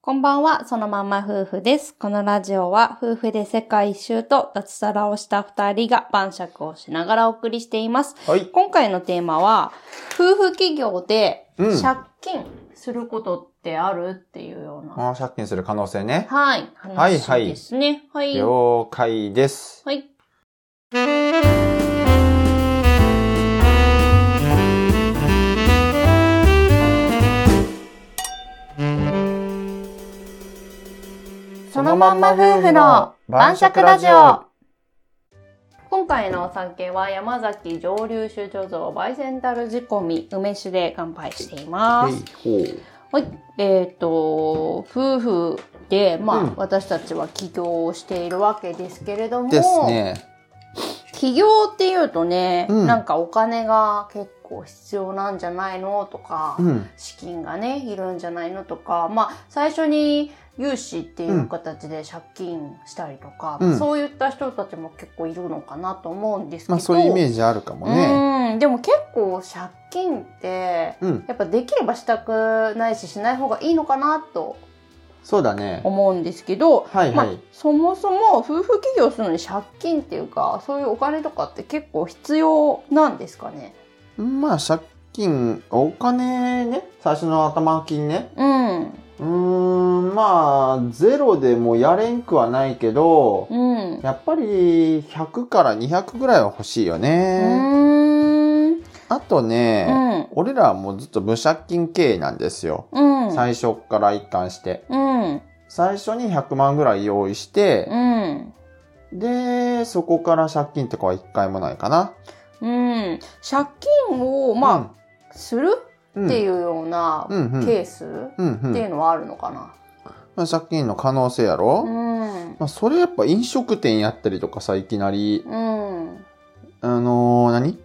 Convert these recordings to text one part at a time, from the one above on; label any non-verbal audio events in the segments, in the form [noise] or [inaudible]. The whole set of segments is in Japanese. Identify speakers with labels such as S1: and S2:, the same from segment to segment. S1: こんばんは、そのまんま夫婦です。このラジオは、夫婦で世界一周と脱サラをした二人が晩酌をしながらお送りしています。
S2: はい。
S1: 今回のテーマは、夫婦企業で
S2: うん
S1: 借金することってあるっていうような、
S2: ああ、借金する可能性ね。
S1: はい、
S2: はい
S1: 話ですね。はい。は
S2: 了解です。
S1: い。そのまんま夫婦の晩酌ラジオ。今回のお酒は山崎蒸留酒貯蔵バイセンタル仕込み梅酒で乾杯していま
S2: は
S1: す
S2: い。、ほう。
S1: はい、えっ、と夫婦でまあ、
S2: うん
S1: 私たちは起業をしているわけですけれども、
S2: ですね。
S1: 起業っていうとね、
S2: うん
S1: なんかお金が結構必要なんじゃないのとか、
S2: うん。
S1: 資金がねいるんじゃないのとかまあ最初に融資っていう形で借金したりとか、
S2: うん
S1: そういった人たちも結構いるのかなと思うんですけど、
S2: まあそういうイメージあるかもね。
S1: うんでも結構借金って
S2: うん。
S1: やっぱできればしたくないししない方がいいのかなと
S2: そうだね。
S1: 思うんですけど、
S2: はい
S1: ま
S2: は
S1: あ
S2: い。
S1: そもそも夫婦起業するのに借金っていうかそういうお金とかって結構必要なんですかね
S2: まあ借金、お金ね。最初の頭金ね。
S1: うん
S2: うーん、まあ、ゼロでもやれんくはないけど、
S1: うんう
S2: やっぱり100から200ぐらいは欲しいよね。
S1: ーん
S2: あとね、
S1: うん
S2: 俺らはもうずっと無借金経営なんですよ。
S1: うん
S2: 最初から一貫して。
S1: うん
S2: 最初に100万ぐらい用意して、
S1: うん
S2: で、そこから借金とかは一回もないかな。
S1: うん借金をま
S2: あ、
S1: あする
S2: うん、
S1: っていうような
S2: うんうん
S1: ケース
S2: うんう
S1: っ
S2: ん
S1: ていうのはあるのかな
S2: まあ、借金の可能性やろ、
S1: うん
S2: まあ、それやっぱ飲食店やったりとかさ、いきなり、
S1: うん
S2: あのー何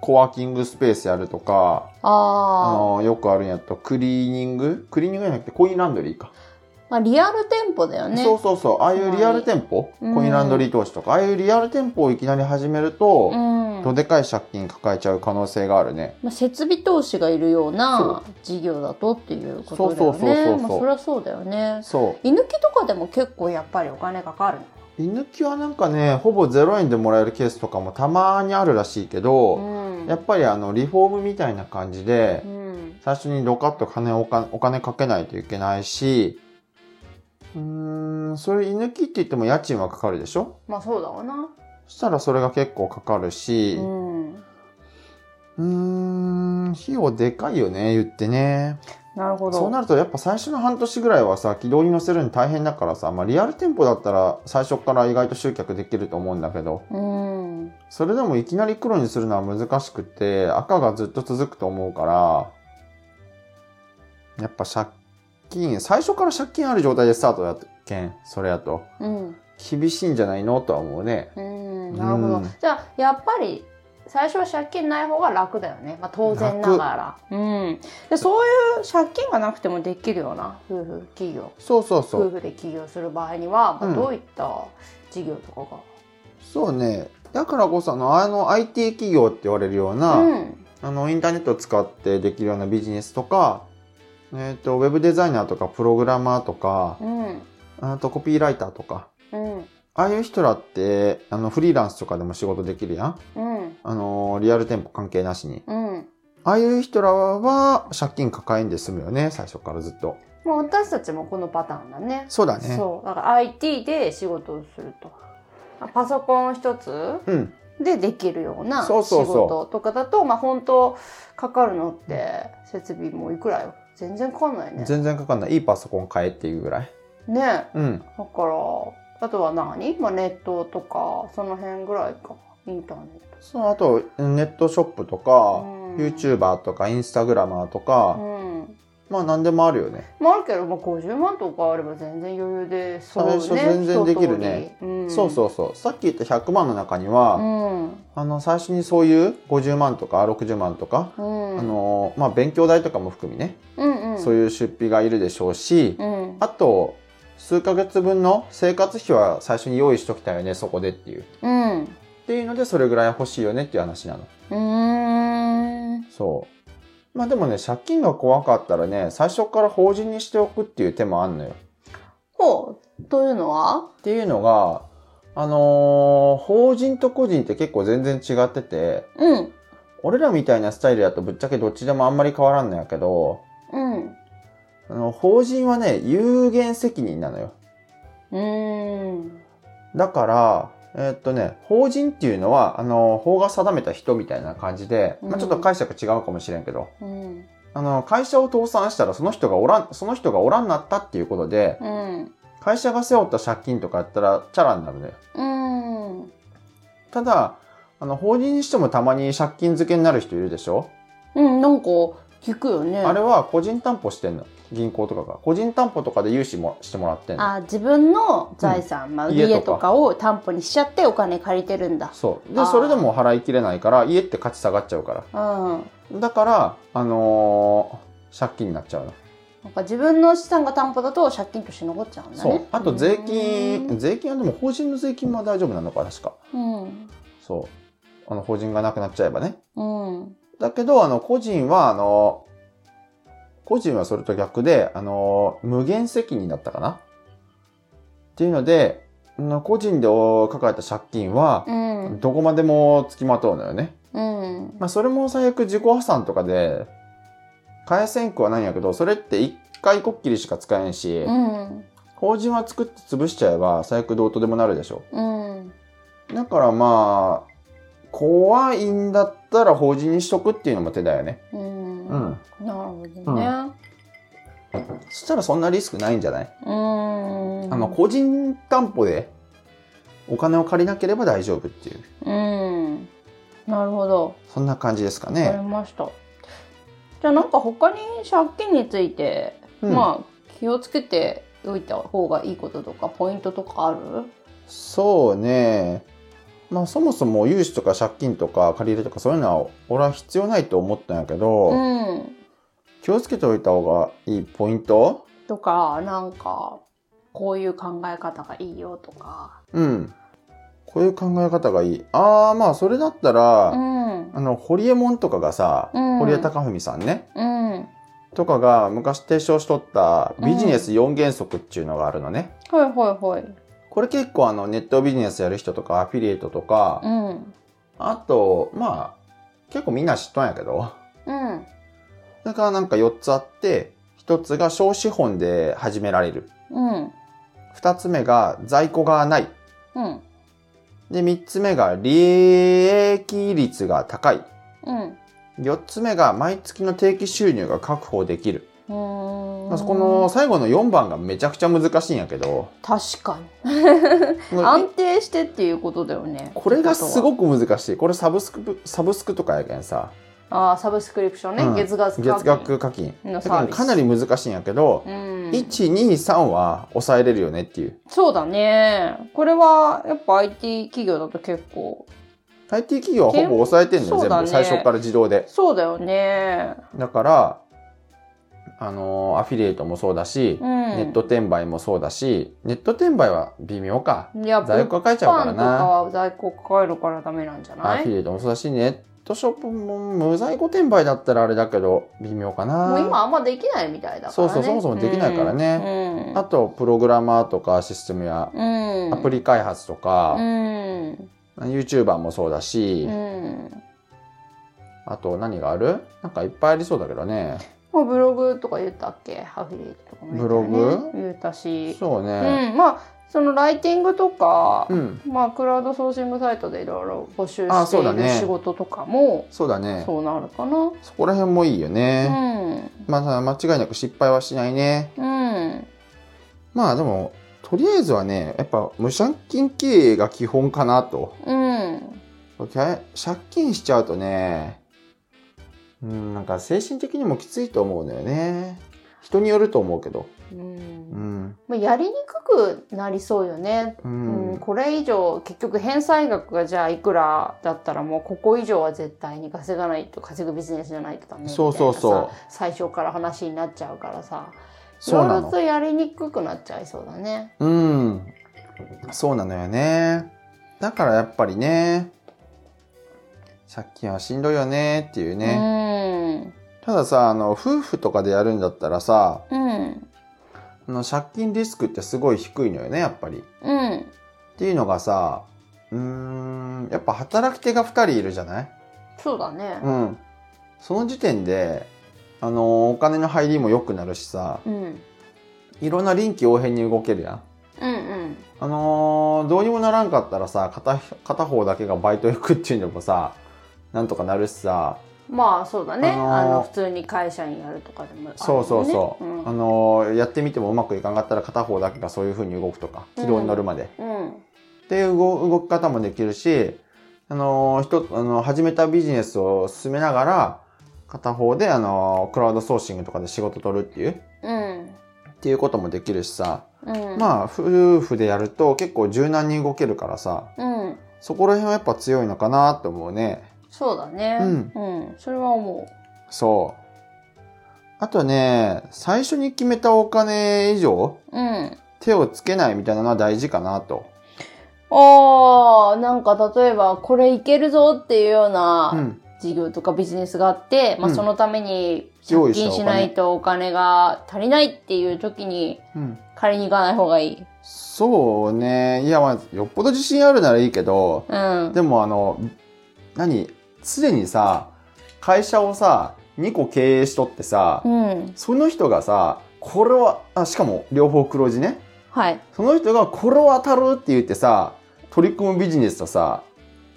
S2: コワーキングスペースやるとか、あ
S1: ああ
S2: のーよくあるんやと、クリーニングクリーニングじゃなくてコインランドリーか。
S1: まあリアル店舗だよね
S2: そうそうそう、ああいうリアル店舗、
S1: うん
S2: コインランドリー投資とか、ああいうリアル店舗をいきなり始めると、
S1: うん
S2: どでかい借金抱えちゃう可能性があるね。
S1: まあ、設備投資がいるような事業だとっていうことだよ
S2: そうそうそうそうそ
S1: ね。
S2: う
S1: まあそりゃそうだよね。
S2: そ
S1: 居抜きとかでも結構やっぱりお金かかる
S2: う。居抜きはなんかね、ほぼ0円でもらえるケースとかもたまにあるらしいけど、
S1: の。うん。
S2: やっぱりあの、リフォームみたいな感じで
S1: う、ん。
S2: 最初にドカッと金お金お金かけないといけないし、うーん、それ居抜きって言っても家賃はかかるでしょ
S1: まあそうだわな。
S2: そしたらそれが結構かかるし
S1: う、ん。
S2: うーん、費用でかいよね、言ってね。
S1: なるほど。
S2: そうなるとやっぱ最初の半年ぐらいはさ軌道に乗せるの大変だからさ、まあ、リアル店舗だったら最初から意外と集客できると思うんだけど
S1: うん。
S2: それでもいきなり黒にするのは難しくて赤がずっと続くと思うからやっぱ借金最初から借金ある状態でスタートやっけんそれやと
S1: うん。
S2: 厳しいんじゃないのとは思うね
S1: うん。なるほど。
S2: うん
S1: じゃあやっぱり最初は借金ない方が楽だよね。まあ当然ながら。うん。でそういう借金がなくてもできるような夫婦企業。
S2: そうそうそ
S1: 夫
S2: う
S1: 婦で起業する場合には、ま
S2: う
S1: あ、
S2: ん
S1: どういった事業とか
S2: そうねだからこそあのあの IT 企業って言われるよう
S1: が。
S2: な、
S1: うん。
S2: あのインターネットを使ってできるようなビジネスとか、えー、とウェブデザイナーとかプログラマーとか
S1: うん
S2: あとコピーライターとか
S1: うん
S2: ああいう人らってあのフリーランスとかでも仕事できるやん、
S1: うん
S2: あのリアル店舗関係なしに
S1: うん
S2: ああいう人らは借金抱えんで済むよね最初からずっと
S1: もう私たちもこのパターンだね。
S2: そうだね
S1: そうだから IT で仕事をすると。あパソコン一つ
S2: うん
S1: でできるような仕
S2: そうそうそう
S1: 事とかだとまあ本当かかるのって設備もいくらよ全然かかんないね。
S2: 全然かかんないいいパソコン買えっていうぐらい
S1: ねだか
S2: うん
S1: らあとは何、まあ、ネットとかその辺ぐらいかインターネット。
S2: そうあとネットショップとか、
S1: うん
S2: YouTuber とかインスタグラマーとか、
S1: うん
S2: まあ何でもあるよね
S1: まあ、あるけど、まあ、50万とかあれば全然余裕でそうね
S2: 最初全然できるね
S1: 一通りうん、
S2: そうそうそう。さっき言った100万の中に
S1: う
S2: は、
S1: んうん
S2: あの、最初にそういう50万とか60万とか、
S1: うん
S2: あの、まあ、勉強代とかも含みね、
S1: うん
S2: そういう出費がいるでしょうし、
S1: うん
S2: あと、数ヶ月分の生活費は最初に用意しときたいよね、そこでっていう。
S1: うん
S2: っていうので、それぐらい欲しいよねっていう話なの。
S1: うーん
S2: そまあでもね、借金が怖かったらね、最初から法人にしておくっていう手もあんのよ。
S1: ほう。というのは
S2: っていうのが、あのー法人と個人って結構全然違ってて、
S1: うん。
S2: 俺らみたいなスタイルだとぶっちゃけどっちでもあんまり変わらんのやけど、
S1: うん。う
S2: あの、法人はね、有限責任なのよ。
S1: ーん。
S2: だから、えーっとね、法人っていうのは、あの、法が定めた人みたいな感じで、ま
S1: う
S2: あ、
S1: ん
S2: ちょっと解釈違うかもしれんけど、
S1: うん。
S2: あの、会社を倒産したらその人がおらん、その人がおらんなったっていうことで、
S1: うん。
S2: 会社が背負った借金とかやったらチャラになるのよ。
S1: うん。
S2: ただ、あの、法人にしてもたまに借金漬けになる人いるでしょ、
S1: うん、なんか聞くよね。
S2: あれは個人担保してんの。銀行とかが。個人担保とかで融資もしてもらってんの。
S1: あ自分の財産、まあ、
S2: 家
S1: 家
S2: とか
S1: とかを担保にしちゃってお金借りてるんだ。
S2: そう。
S1: あ
S2: で、
S1: ー
S2: それでも払いきれないから、家って価値下がっちゃうから。
S1: うん。な
S2: だから、あのー借金になっちゃうの。
S1: んか自分の資産が担保だと借金として残っちゃうんだね。
S2: そう。あと税
S1: う
S2: 金、
S1: ん
S2: 税金はでも法人の税金も大丈夫なのか、確か。
S1: うん。
S2: そう。あの、法人がなくなっちゃえばね。
S1: うん。
S2: だけど、あの、個人は、あの個人はそれと逆で、あの無限責任だったかなっていうので、あの個人で抱えた借金は、
S1: うん。
S2: どこまでも付きまとうのよね。
S1: うん。
S2: まあ、それも最悪自己破産とかで、返せんくはないんやけど、それって一回こっきりしか使えんし、
S1: うん。
S2: 法人は作って潰しちゃえば最悪どうとでもなるでしょ。
S1: うん。
S2: だからまあ、怖いんだったら法人にしとくっていうのも手だよね。
S1: うん。
S2: う
S1: なる
S2: ん。
S1: ほどね。
S2: そしたらそんなリスクないんじゃない、
S1: うん。
S2: あの、個人担保でお金を借りなければ大丈夫っていう、
S1: うん。なるほど。
S2: そんな感じですか
S1: わかり
S2: ね。
S1: ました。じゃあなんか他に借金について、
S2: うん
S1: まあ気をつけておいた方がいいこととかポイントとかある？
S2: そうね。まあそもそも融資とか借金とか借り入れとかそういうのは俺は必要ないと思ったんやけど、
S1: うん。
S2: 気をつけておいた方がいいポイント
S1: とかなんかこういう考え方がいいよとか。
S2: うん。こういう考え方がいい。ああ、まあそれだったら、
S1: うん。
S2: あの、ホリエモンとかがさ、
S1: うん
S2: 堀江貴文さんね、
S1: うん。はい
S2: とかが昔提唱しとったビジネス4原則っていうのがあるのね。
S1: はいはい。
S2: これ結構あのネットビジネスやる人とかアフィリエイトとか、
S1: うん。
S2: あと、まあ、結構みんな知っとんやけど。
S1: うん。
S2: だからなんか4つあって、1つが小資本で始められる。
S1: うん。
S2: 2つ目が在庫がない。
S1: うん。
S2: で、3つ目が利益率が高い。
S1: うん。
S2: 4つ目が毎月の定期収入が確保できる。
S1: うーん
S2: まあ、そこの最後の4番がめちゃくちゃ難しいんやけど、
S1: [laughs] 確かに
S2: この
S1: 安定してっていうことだよね
S2: これがす
S1: い
S2: ごく難しい。これサブスク、サブスクとかやけんさ、
S1: あーサブスクリプションね、
S2: うん
S1: 月額課金
S2: 月額課金。
S1: の
S2: だ
S1: サー
S2: か
S1: ビス
S2: かなり難しいんやけど、
S1: うん
S2: 1、2、3は抑えれるよねっていう。
S1: そうだね。これはやっぱ IT 企業だと結構。
S2: IT 企業はほぼ抑えてんのよ、
S1: そうだね
S2: 全部。最初から自動で。
S1: そうだよね。
S2: だから、あのーアフィリエイトもそうだし、
S1: うん
S2: ネット転売もそうだし、ネット転売は微妙か。
S1: いや
S2: 在庫抱えちゃう
S1: 物販
S2: から
S1: とか
S2: な。
S1: は在庫抱えるからダメなんじゃな
S2: アフ
S1: い
S2: ィリエイトもそうだし、ネットショップも無在庫転売だったらあれだけど、微妙かな。
S1: もう今あんまできないみたいだからね。
S2: そうそうそもそもできないからね
S1: うん。
S2: あと、プログラマーとかシステムや、
S1: うん。
S2: アプリ開発と
S1: う
S2: か、
S1: ん。
S2: YouTuber もそうだし
S1: う、ん。
S2: あと何があるなんかいっぱいありそうだけどね。
S1: まあブログとか言ったっけアフィリエイトとかも言ったよね
S2: ブログ
S1: 言ったし。
S2: そう
S1: う
S2: ね。
S1: ん。まあそのライティングとか、
S2: うん。
S1: まあクラウドソーシングサイトでいろいろ募集
S2: あ
S1: して
S2: そうだ
S1: いる
S2: ね
S1: 仕事とかも
S2: そうだね。
S1: そうなるかな。
S2: そこら辺もいいよね。
S1: うん。
S2: まあ、間違いなく失敗はしないね。
S1: うん。
S2: まあでも、とりあえずはね、やっぱ無借金経営が基本かなと。
S1: うん。
S2: きゃ借金しちゃうとね、うん、なんか精神的にもきついと思うのよね。人によると思うけど。
S1: う。
S2: うんん。
S1: まあやりにくくなりそうよね。
S2: う。
S1: うんん、これ以上結局返済額がじゃあいくらだったらもうここ以上は絶対に稼がないと稼ぐビジネスじゃないとダメみたいなさ
S2: そうそうそう
S1: 最初から話になっちゃうからさい
S2: そう
S1: ろい
S2: な
S1: ろ
S2: の
S1: と。やりにくくなっちゃいそうだね
S2: うん。そうなのよね。だからやっぱりね、借金はしんどいよねっていうね。たださ、あの、夫婦とかでやるんだったらさ、
S1: うん。
S2: あの借金リスクってすごい低いのよね、やっぱり。
S1: うん。
S2: っていうのがさ、うーん、やっぱ働き手が2人いるじゃない
S1: そうだね。
S2: うん。その時点で、あの、お金の入りも良くなるしさ、
S1: うん。
S2: いろんな臨機応変に動けるやん。
S1: うんうん。
S2: あのーどうにもならんかったらさ片片方だけがバイト行くっていうのもさなんとかなるしさ
S1: まあそうだね。
S2: あ
S1: あ
S2: の
S1: の
S2: ー
S1: 普通に会社員やるとかでもあるよね。
S2: そうそうそう、
S1: うん。
S2: あのーやってみてもうまくいかんかったら片方だけがそういう風に動くとか軌道に乗るまで、
S1: うん。
S2: っていう動動き方もできるし、あのーひとあの始めたビジネスを進めながら片方で、あのークラウドソーシングとかで仕事取るっていう
S1: うん。
S2: っていうこともできるしさ、
S1: うん。あ。
S2: まあ夫婦でやると結構柔軟に動けるからさ
S1: うん。
S2: そこら辺はやっぱ強いのかなと思うね。
S1: そうだね。
S2: うん
S1: ん。それは思
S2: そう。あとね、最初に決めたお金以上、
S1: う。うん。
S2: 手をつけないみたいなのは大事かなと。
S1: ああ、なんか例えばこれいけるぞっていうよう
S2: う。
S1: なん事業とかビジネスがあって、まあ
S2: うん
S1: そのために
S2: 用
S1: 借
S2: 意したお金
S1: 金しないとお金が足りないっていう時に
S2: うん。
S1: 借りに行かない方がいい。
S2: そうね。いや、まあ、よっぽど自信あるならいいけど、
S1: うん。
S2: でもあの、何すでにさ、会社をさ、2個経営しとってさ、
S1: うん。
S2: その人がさ、これは、あ、しかも両方黒字ね。
S1: はい。
S2: その人がこれは当たるって言ってさ、取り組むビジネスとさ、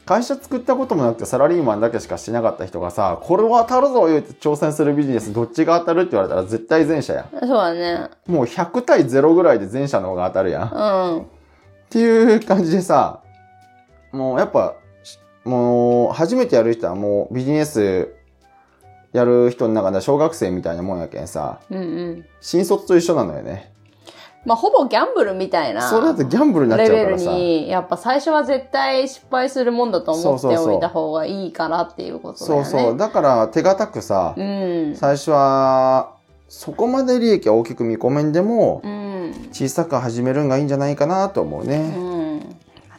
S2: 会社作ったこともなくてサラリーマンだけしかしてなかった人がさ、これは当たるぞ言って挑戦するビジネスどっちが当たるって言われたら絶対前者や
S1: そうだね。
S2: ん。もう100対0ぐらいで前者の方が当たるやん。っ
S1: うん。
S2: ていう感じでさ、もうやっぱ、もう初めてやる人はもうビジネスやる人の中では小学生みたいなもんやけんさ、
S1: うんうん。
S2: 新卒と一緒なのよね。
S1: まあほぼギャンブルみたいな。
S2: それだとギャンブルになっちゃ
S1: レ
S2: う
S1: ベル
S2: からさ。
S1: に、やっぱ最初は絶対失敗するもんだと思って
S2: そうそうそう
S1: おいた方がいいからっていうことだ
S2: そ
S1: よ
S2: う
S1: ね。
S2: そう。だから手堅くさ、
S1: うん。
S2: 最初はそこまで利益は大きく見込めんでも
S1: うん。
S2: 小さく始めるんがいいんじゃないかなと思うね、
S1: うん。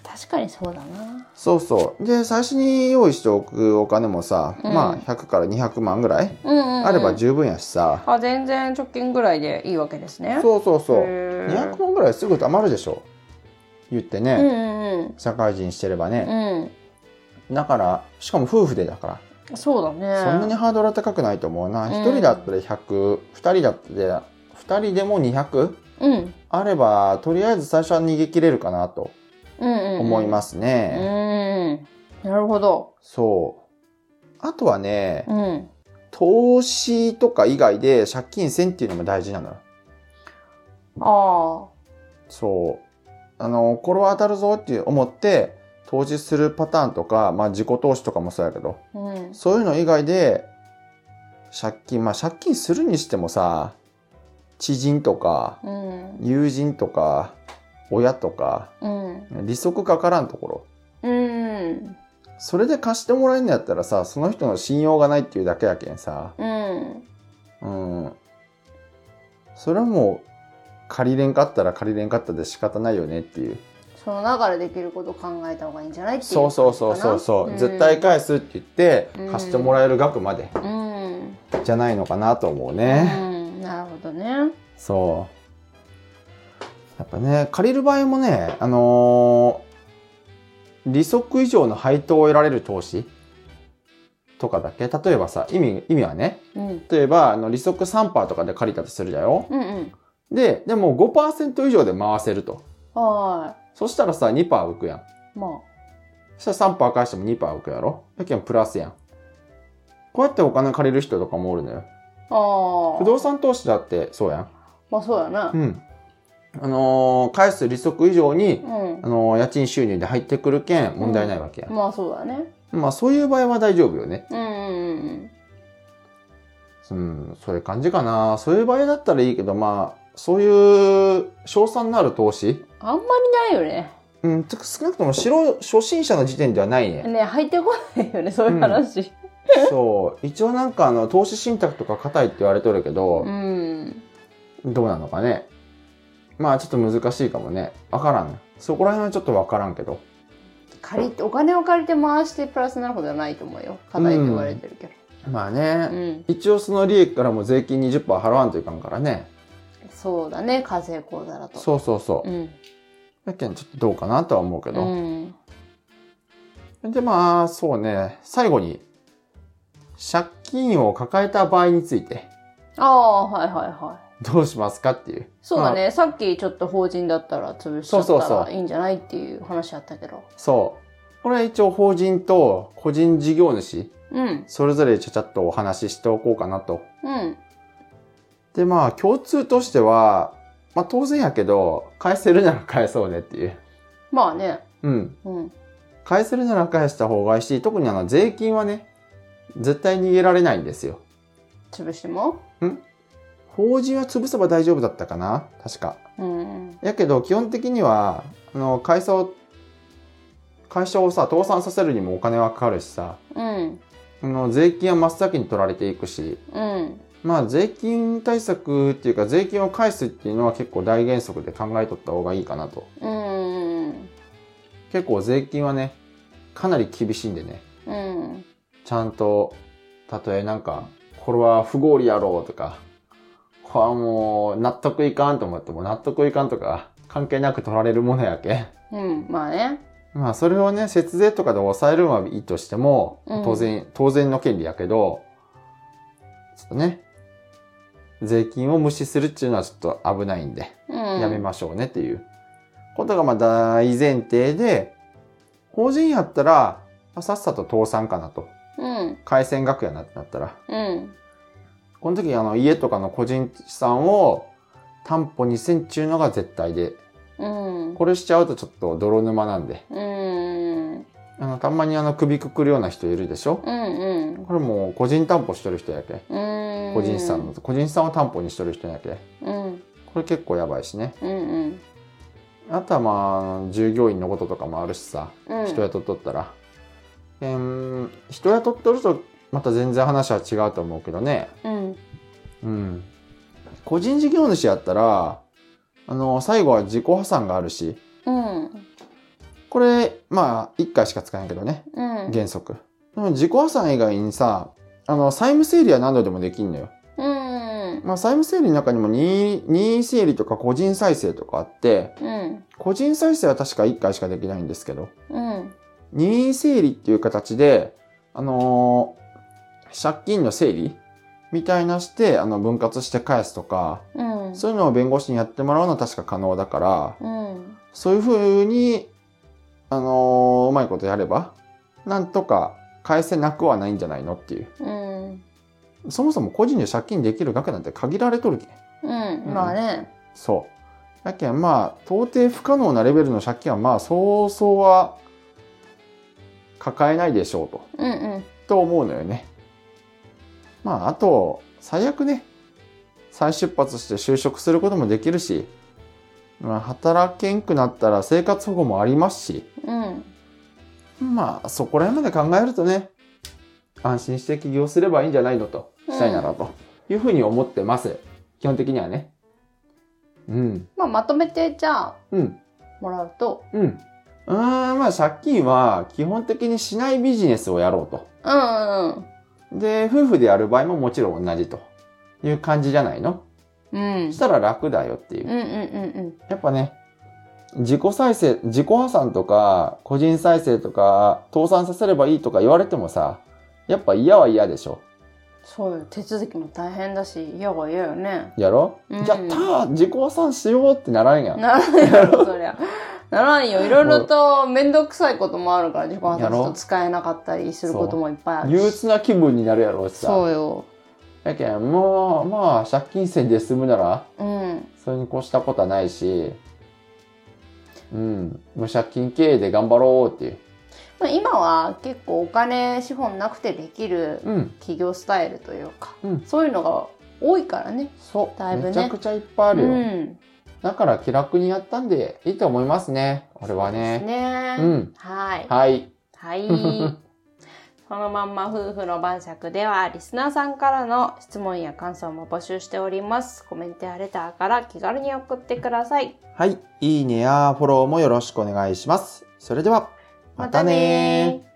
S1: 確かにそうだな。
S2: そうそうで最初に用意しておくお金もさ、
S1: うん
S2: まあ100から200万ぐらい
S1: うんうん、
S2: あれば十分やしさ、
S1: あ、全然貯金ぐらいでいいわけですね。
S2: そうそうそう
S1: へー
S2: 200万ぐらいすぐ貯まるでしょ言ってね、
S1: うんうん
S2: 社会人してれば
S1: う
S2: ね、
S1: ん。
S2: だからしかも夫婦でだから
S1: うん。そうだね。
S2: そんなにハードルは高くないと思うな。
S1: うん
S2: 一人だったら100、二人だったら、二人でも200
S1: うん。
S2: あれば、とりあえず最初は逃げ切れるかなと
S1: うんうん、うん。
S2: 思います
S1: す
S2: ね。
S1: うん。なるほど。
S2: そう。あとはね、
S1: うん。
S2: 投資とか以外で借金せんっていうのも大事なのよ。
S1: あ
S2: そう。あの、これは当たるぞって思って、投資するパターンとか、まあ自己投資とかもそうやけど、
S1: あ。うん。
S2: そういうの以外で、借金、まあ借金するにしてもさ、知人とか、
S1: うん。
S2: 友人とか親とか
S1: うん。
S2: 利息かからんところ
S1: うん。
S2: それで貸してもらえんのやったらさその人の信用がないっていうだけやけんさ
S1: うん。
S2: うんそれはもう借りれんかったら借りれんかったで仕方ないよねっていう
S1: その中でできることを考えた方がいいんじゃないっていう
S2: そうそうそうそうそう、絶対返すって言って
S1: うん
S2: 貸してもらえる額まで
S1: うん、
S2: じゃないのかなと思うね、
S1: うん、なるほどね
S2: そうやっぱね借りる場合もねあのー利息以上の配当を得られる投資とかだっけ例えばさ意味意味はね
S1: うん
S2: 例えばあの利息3%とかで借りたとするじゃよ
S1: うんうん
S2: ででも5%以上で回せると
S1: は
S2: そしたらさ2%浮くやん
S1: いま
S2: そしたら3%返しても2%浮くやろだけどプラスやんこうやってお金借りる人とかもおるのよ
S1: あああ
S2: 不動産投資だってそうやん
S1: まあそうやな
S2: うん。あのー返す利息以上に、
S1: うん、
S2: あのー家賃収入で入ってくるけん問題ないわけや、
S1: まあそうだね
S2: まあそういう場合は大丈夫よね。
S1: うんうんうん
S2: うん、そういう感じかな。そういう場合だったらいいけど、まあ、そういう、賞賛のある投資
S1: あんまりないよね
S2: うん、ちょっと少なくとも素人初心者の時点ではないね。
S1: ね入ってこないよねそういう話
S2: そう。一応なんかあの、投資信託とか硬いって言われてるけ
S1: う
S2: ど、
S1: ん
S2: どうなのかね。まあちょっと難しいかもね。わからん。そこら辺はちょっとわからんけど。
S1: 借りてお金を借りて回してプラスになるほどはないと思うよ課題って言われてるけど
S2: まあね、
S1: うん。
S2: 一応その利益からも税金20%払わんといかんからね。
S1: そうだね、課税口座だと。
S2: そうそうそうう。
S1: ん。
S2: だけんちょっとどうかなとは思うけ
S1: う
S2: ど。
S1: ん。
S2: で、まあ、そうね。最後に、借金を抱えた場合について、
S1: ああ、はいはいはい。
S2: どうしますかっていう。
S1: そうだ
S2: まあ。
S1: ね、さっきちょっと法人だったら潰しちゃっ
S2: そうそう
S1: た
S2: そ
S1: ら
S2: う
S1: いいんじゃないっていう話あったけど。
S2: そう。これは一応法人と個人事業主、
S1: うん。
S2: それぞれちゃちゃっとお話ししておこうかなと。
S1: うん。
S2: で、まあ、共通としては、まあ当然やけど、返せるなら返そうねっていう。
S1: まあね。
S2: うん。
S1: うん。
S2: 返せるなら返した方がいいし、特にあの税金はね、絶対逃げられないんですよ。
S1: 潰しても。
S2: 法人は潰せば大丈夫だったかな確か。
S1: うん。
S2: やけど、基本的には、あの、会社を、会社をさ、倒産させるにもお金はかかるしさ、
S1: うん。
S2: あの、税金は真っ先に取られていくし、
S1: うん。
S2: まあ、税金対策っていうか、税金を返すっていうのは結構大原則で考えとった方がいいかなと。
S1: うん。
S2: 結構税金はね、かなり厳しいんでね。
S1: うん。
S2: ちゃんと、たとえなんか、これは不合理やろうとか、これはもう納得いかんと思っても納得いかんとか、関係なく取られるものやけ。
S1: うん。まあね。
S2: まあそれをね、節税とかで抑えるのはいいとしても
S1: うん、
S2: 当然、当然の権利やけど、ちょっとね、税金を無視するっていうのはちょっと危ないんで、
S1: うん。
S2: やめましょうねっていうことがまあ大前提で、法人やったら、まあさっさと倒産かなと。
S1: うん。
S2: 回線楽屋なってなったら。
S1: うん。
S2: この時あの家とかの個人資産を担保にせんっちゅうのが絶対で。
S1: うん。
S2: これしちゃうとちょっと泥沼なんで。
S1: うん。
S2: あの、たまにあの首くくるような人いるでしょ
S1: うん。
S2: これもう個人担保しとる人やけ。
S1: うん。
S2: 個人資産の、個人資産を担保にしとる人やけ。
S1: うん。
S2: これ結構やばいしね。
S1: うん。うん。
S2: あとはまあ、従業員のこととかもあるしさ。
S1: うん。
S2: 人雇っとったら。えー人雇っとるとまた全然話は違うと思うけどね。
S1: うん。
S2: うん。個人事業主やったら、あの、最後は自己破産があるし、
S1: うん。
S2: これ、まあ、1回しか使えんけどね、
S1: うん。
S2: 原則。でも自己破産以外にさ、あの、債務整理は何度でもできんのよ。
S1: うん。
S2: まあ、債務整理の中にも任意任意整理とか個人再生とかあって、
S1: うん。
S2: 個人再生は確か1回しかできないんですけど、
S1: うん。
S2: 任意整理っていう形で、あのー借金の整理みたいなして、あの、分割して返すとか、
S1: うん。
S2: そういうのを弁護士にやってもらうのは確か可能だから、
S1: うん。
S2: そういうふうに、あのーうまいことやれば、なんとか返せなくはないんじゃないのっていう。
S1: うん。
S2: そもそも個人で借金できる額なんて限られとるけん。
S1: うん。まあね。
S2: そう。だけんまあ、到底不可能なレベルの借金はまあ、そうそうは抱えないでしょうと。
S1: うんうん。
S2: と思うのよね。まあ、あと、最悪ね、再出発して就職することもできるし、まあ、働けんくなったら生活保護もありますし、
S1: うん。
S2: まあ、そこら辺まで考えるとね、安心して起業すればいいんじゃないのと、したいならと、いうふうに思ってます。基本的にはね。うん、
S1: まあまとめてじゃあ
S2: うん、
S1: もらうと。
S2: うん。うーん、まあ、借金は基本的にしないビジネスをやろうと。
S1: うんうん
S2: で、夫婦でやる場合ももちろん同じという感じじゃないの
S1: うん。うん
S2: そしたら楽だよってい
S1: う
S2: う。
S1: んうん
S2: やっぱね、自己再生、自己破産とか、個人再生とか、倒産させればいいとか言われてもさ、やっぱ嫌は嫌でしょ。
S1: そうよ手続きも大変だし嫌は嫌よね。
S2: やろ、
S1: うん
S2: やったー自己破産しようってならんやん。
S1: ならんやろそりゃ。ならんよいろいろと面倒くさいこともあるから自己破産する
S2: や
S1: と
S2: ろ
S1: 使えなかったりすることもいっぱいあるし。
S2: 憂鬱な気分になるやろうし
S1: そ
S2: さ。
S1: うよ。
S2: やけん、もう、まあ、借金せんで済むなら、
S1: うん
S2: それに越したことはないし、うん、無借金経営で頑張ろうっていう。
S1: まあ今は結構お金資本なくてできる
S2: うん、
S1: 企業スタイルというか、
S2: うん
S1: そういうのが多いからね。
S2: そう。
S1: だいぶね
S2: めちゃくちゃいっぱいあるよ。
S1: うん、
S2: だから気楽にやったんでいいと思いますね。俺は
S1: そう
S2: ね。
S1: ですね
S2: うん
S1: はい。
S2: はい。 [laughs]
S1: はい。このまんま夫婦の晩酌では、リスナーさんからの質問や感想も募集しております。コメントやレターから気軽に送ってください。
S2: はい。いいねやフォローもよろしくお願いします。それでは、またねー。
S1: ー